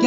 ギ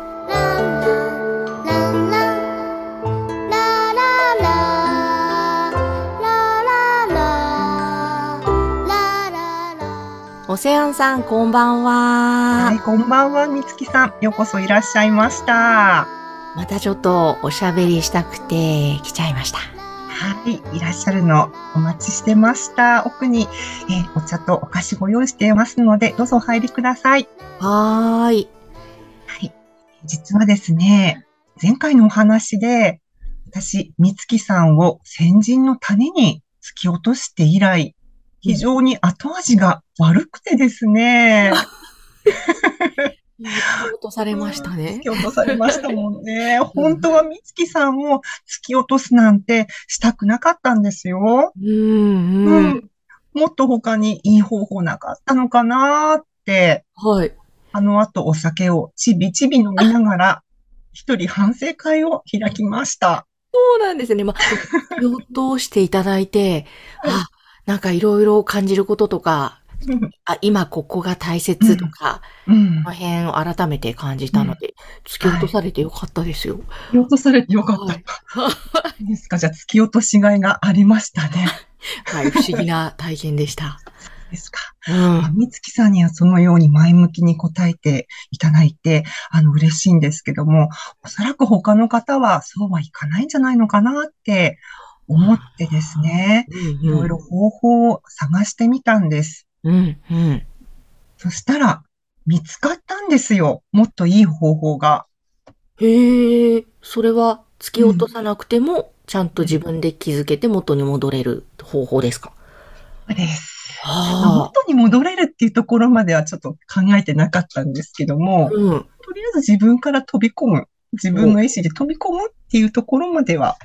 オセアンさん、こんばんは。はい、こんばんは、みつきさん。ようこそいらっしゃいました。またちょっとおしゃべりしたくて来ちゃいました。はい、いらっしゃるのお待ちしてました。奥に、えーお茶とお菓子ご用意していますので、どうぞお入りください。は ーい。実はですね、前回のお話で、私、みつきさんを先人の谷に突き落として以来、非常に後味が悪くてですね。落とされました突ねき。落とされましたもんね。本当は美月さんを突き落とすなんてしたくなかったんですよ。うんうん。うんもっと他にいい方法なかったのかなーって、はい。あの後お酒をちびちび飲みながら、一人反省会を開きました。 そうなんです ね。まあ、気を通していただいて、あ、なんかいろいろ感じることとか、うんあ、今ここが大切とか、うんこの。辺を改めて感じたので、突き落とされてよかったですよ。突き落とされてよかった。はいいいですかじゃあ突き落としがいがありましたね。はい、不思議な体験で した。ですか。うん。みつきさんにはそのように前向きに答えていただいて、あの、嬉しいんですけども、おそらく他の方はそうはいかないんじゃないのかなって思ってですね、いろいろ方法を探してみたんです。うん、うん。そしたら、見つかったんですよ。もっといい方法が。へえ、それは突き落とさなくても、ちゃんと自分で気づけて元に戻れる方法ですかです。あ元に戻れるっていうところまではちょっと考えてなかったんですけども、あ。うん。とりあえず自分から飛び込む、自分の意思で飛び込むっていうところまでは、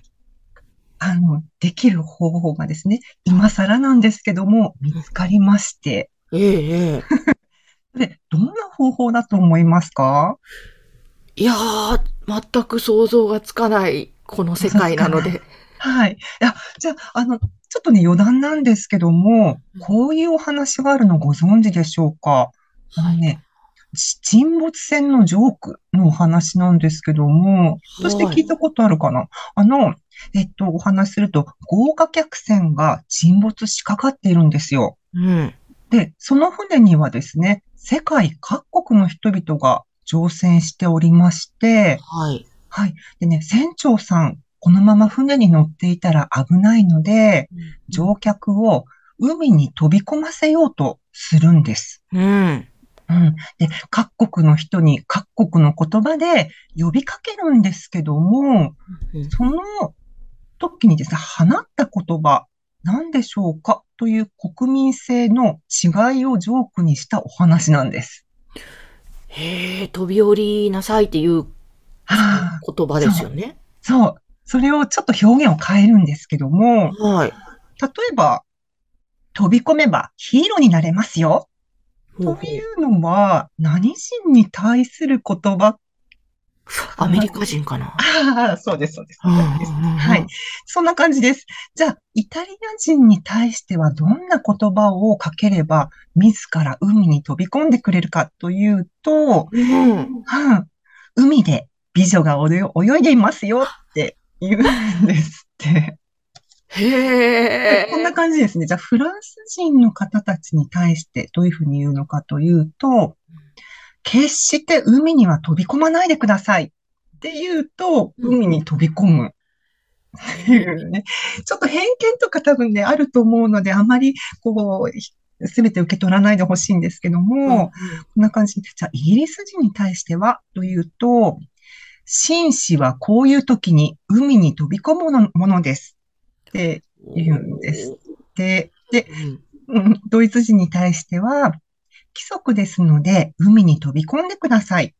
あの、できる方法がですね、今更なんですけども、見つかりまして、ええ、ええ。で、どんな方法だと思いますかいやー、全く想像がつかない、この世界なので。はい。いや、じゃあ、あの、ちょっとね、余談なんですけどもうん、こういうお話があるのご存知でしょうかあのね、ち沈没船のジョークのお話なんですけども、そして聞いたことあるかなあの、えっと、お話しすると、豪華客船が沈没しかかっているんですよ。うん。で、その船にはですね、世界各国の人々が乗船しておりまして、はい。はい。でね、船長さん、このまま船に乗っていたら危ないので、乗客を海に飛び込ませようとするんです。うん。うん。で、各国の人に各国の言葉で呼びかけるんですけども、その時にですね、放った言葉、何でしょうかという国民性の違いをジョークにしたお話なんです。へえ、飛び降りなさいっていうはあ、言葉ですよね。そう。それをちょっと表現を変えるんですけども、はい。例えば、飛び込めばヒーローになれますよ。ほうとほいううのは、何人に対する言葉アメリカ人かな。ああ、そうです、そうです。うんうんうんはい。そんな感じです。じゃあ、イタリア人に対してはどんな言葉をかければ、自ら海に飛び込んでくれるかというと、うん。うん、海で美女が泳い泳いでいますよって言うんですって。へえ。こんな感じですね。じゃあ、フランス人の方たちに対してどういうふうに言うのかというと、決して海には飛び込まないでくださいって言うと、うん海に飛び込む。っていうね。ちょっと偏見とか多分ね、あると思うので、あまり、こう、すべて受け取らないでほしいんですけども、こんな感じ。じゃあ、イギリス人に対しては、というと、紳士はこういう時に海に飛び込むものものです。ってうん言うんですで、で、うんうんドイツ人に対しては、規則ですので、海に飛び込んでください。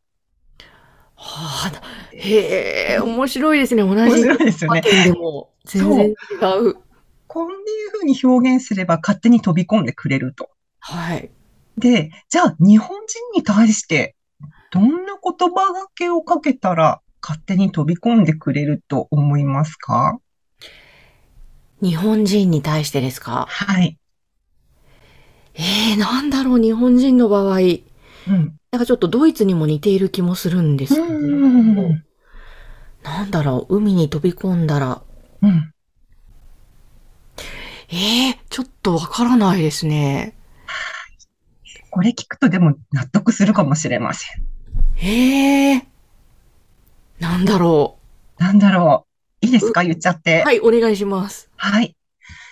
はあ、へえ、面白いですね。同面じ白いですよパね。テンでも全然違う。こんいうふうに表現すれば勝手に飛び込んでくれると。はい。で、じゃあ日本人に対してどんな言葉がけをかけたら勝手に飛び込んでくれると思いますか日本人に対してですかはい。えー、なんだろう、日本人の場合。うん。なんかちょっとドイツにも似ている気もするんですけど。うん。なんだろう、海に飛び込んだら。うん。えー、ちょっとわからないですね。これ聞くとでも納得するかもしれません。えー、なんだろなんだろう。いいですか言っちゃっう。て。はい、お願いします。はい。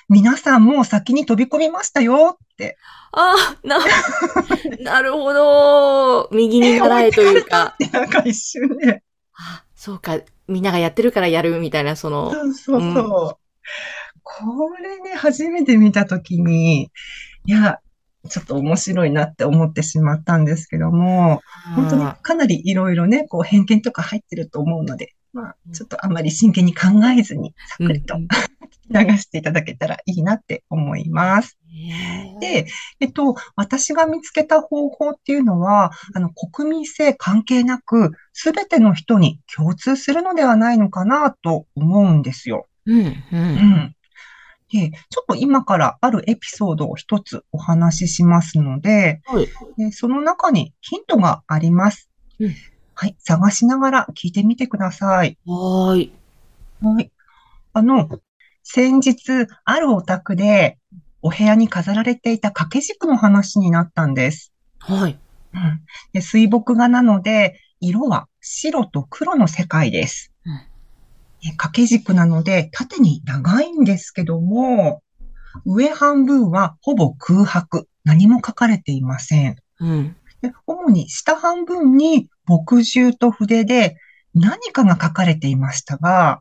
皆さんもう先に飛び込みましたよって。あー、な、なるほど。右に払えというか。でなんか一瞬ね。あ、そうか。みんながやってるからやるみたいな、その。そうそうそう。これね、初めて見たときに、いや、ちょっと面白いなって思ってしまったんですけども、本当にあかなりいろいろね、こう偏見とか入ってると思うので、まあ、ちょっとあまり真剣に考えずに、ーさっくりとうん流していただけたらいいなって思います。えーで、えっと、私が見つけた方法っていうのは、あの、国民性関係なく、すべての人に共通するのではないのかなと思うんですよ。うん、う。うんん。で、ちょっと今からあるエピソードを一つお話ししますので、はい。でその中にヒントがありますうん。はい。探しながら聞いてみてください。はーい。はい。あの、先日、あるお宅で、お部屋に飾られていた掛け軸の話になったんです。はい。うん。で、水墨画なので、色は白と黒の世界です。うんえ掛け軸なので、縦に長いんですけども、上半分はほぼ空白。何も書かれていません。うん。で主に下半分に墨汁と筆で何かが書かれていましたが、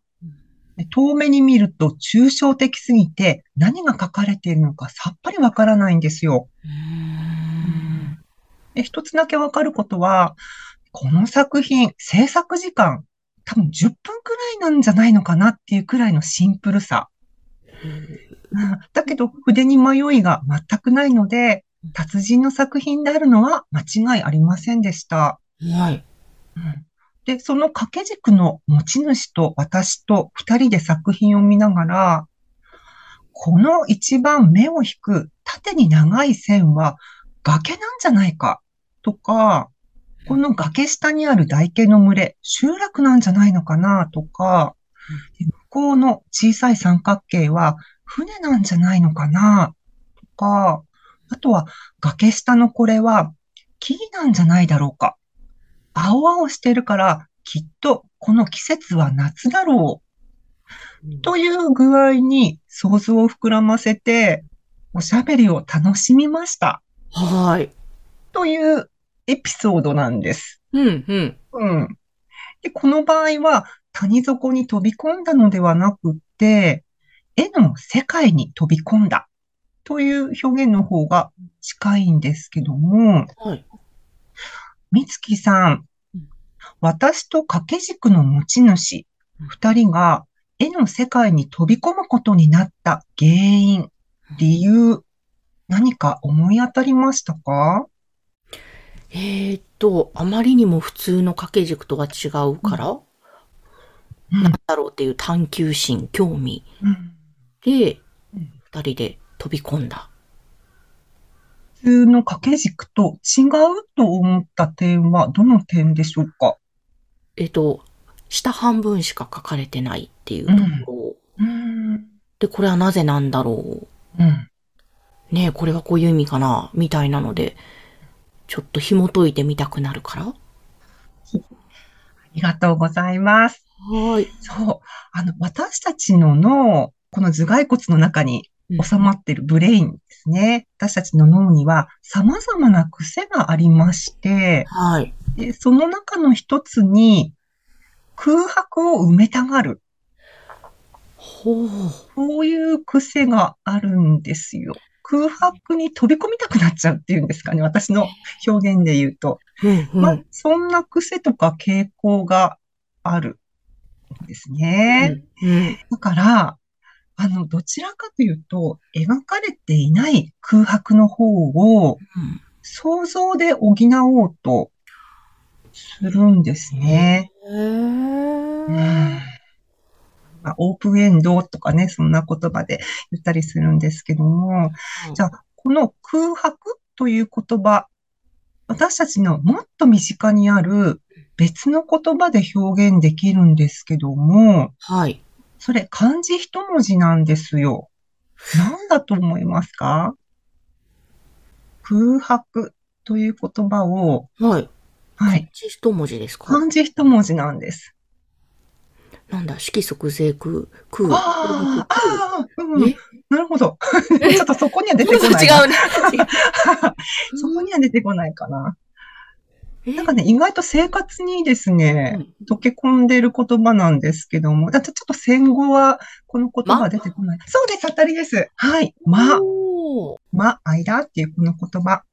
で遠目に見ると抽象的すぎて何が書かれているのかさっぱりわからないんですよ。うーんで、一つだけわかることは、この作品、制作時間、多分10分くらいなんじゃないのかなっていうくらいのシンプルさ。うんだけど、筆に迷いが全くないので、達人の作品であるのは間違いありませんでした。はい。うんで、その掛け軸の持ち主と私と二人で作品を見ながら、この一番目を引く縦に長い線は崖なんじゃないかとか、この崖下にある台形の群れ、集落なんじゃないのかなとか、で向こうの小さい三角形は船なんじゃないのかなとか、あとは崖下のこれは木なんじゃないだろうか。青々してるから、きっとこの季節は夏だろう。という具合に想像を膨らませて、おしゃべりを楽しみました。はい。というエピソードなんです。うん、うん。うん。で、この場合は谷底に飛び込んだのではなくって、絵の世界に飛び込んだという表現の方が近いんですけども、はい。みつきさんうん、私と掛け軸の持ち主、うん二人が絵の世界に飛び込むことになった原因、理由、何か思い当たりましたかえーっと、あまりにも普通の掛け軸とは違うから、うんなんだろうっていう探求心、興味うんで、うん二人で飛び込んだ。普通の掛け軸と違うと思った点はどの点でしょうかえーっと、下半分しか書かれてないっていうところ。うん。で、これはなぜなんだろうん。う。ねえ、これはこういう意味かなみたいなので、ちょっと紐解いてみたくなるから。ありがとうございます。はい。そう。あの、私たちの脳、この頭蓋骨の中にうん収まってるブレインですね。私たちの脳には様々な癖がありまして、はい。でその中の一つに空白を埋めたがる。ほう。こういう癖があるんですよ。空白に飛び込みたくなっちゃうっていうんですかね。私の表現で言うと。うん、うん。まあ、そんな癖とか傾向があるんですね。うん。だから、あの、どちらかというと、描かれていない空白の方を想像で補おうとするんですね。へーうんまあ、オープンエンドとかね、そんな言葉で言ったりするんですけども、じゃあ、この空白という言葉、私たちのもっと身近にある別の言葉で表現できるんですけども、はい。それ漢字一文字なんですよ。何だと思いますか空白という言葉を、はい。はい、ち一文字ですか漢字一文字なんです。なんだ、色即是空、空。ああ、ああ、うえん、なるほ ど。 ちょっとそこには出てこないな。ね。 そこには出てこないかな。違う。なんかね、意外と生活にですえ、うね、ん溶け込んでいる言葉なんですけども、だってちょっと戦後はこの言葉出てこない。そうです、当たりです。はい、ま。おーま、間っていうこの言葉。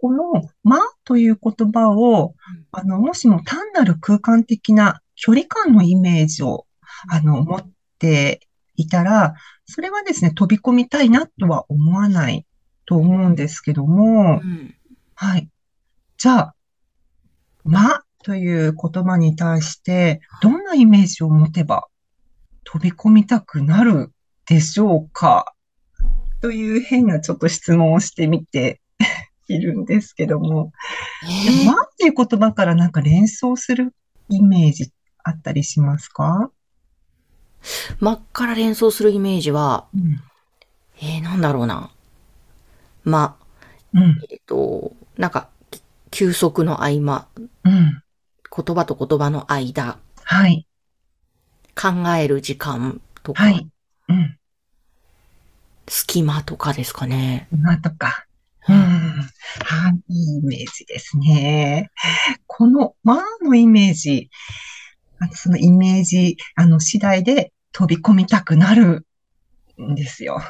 この、まという言葉をうん、あの、もしも単なる空間的な距離感のイメージを、あの、持っていたら、それはですね、飛び込みたいなとは思わないと思うんですけどうも、んはい。じゃあ、まという言葉に対して、どんなイメージを持てば飛び込みたくなるでしょうかという変なちょっと質問をしてみて いるんですけども、えまっていう言葉からなんか連想するイメージあったりしますか、ー真っから連想するイメージは、うん、えー、なんだろうな。ま、うん、えっと、なんか、き休息の合間、うん。言葉と言葉の間、はい、考える時間とか、はい。うん、隙間とかですかね。なんとか。うん、はい、いいイメージですね。この、まあのイメージ、あのそのイメージ、あの、次第で飛び込みたくなるんですよ。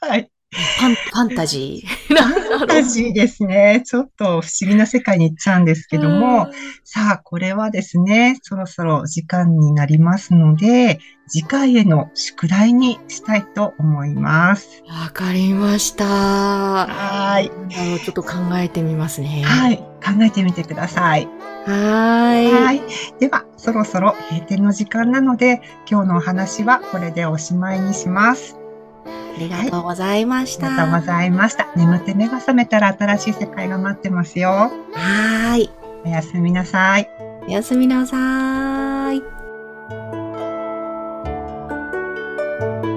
はい。ファン、ファンタジー。ファンタジーですね。ちょっと不思議な世界に行っちゃうんですけども、さあ、これはですね、そろそろ時間になりますので、次回への宿題にしたいと思います。わかりました。ははい。なんだろう、ちょっと考えてみますね。。はいい。考えてみてください。はー。はいい。では、そろそろ閉店の時間なので、今日のお話はこれでおしまいにします。ありがとうございましありた。がとうございました。眠って目が覚めたら新しい世界が待ってますよ。はーい。おやすみなさい。おやすみなさーい。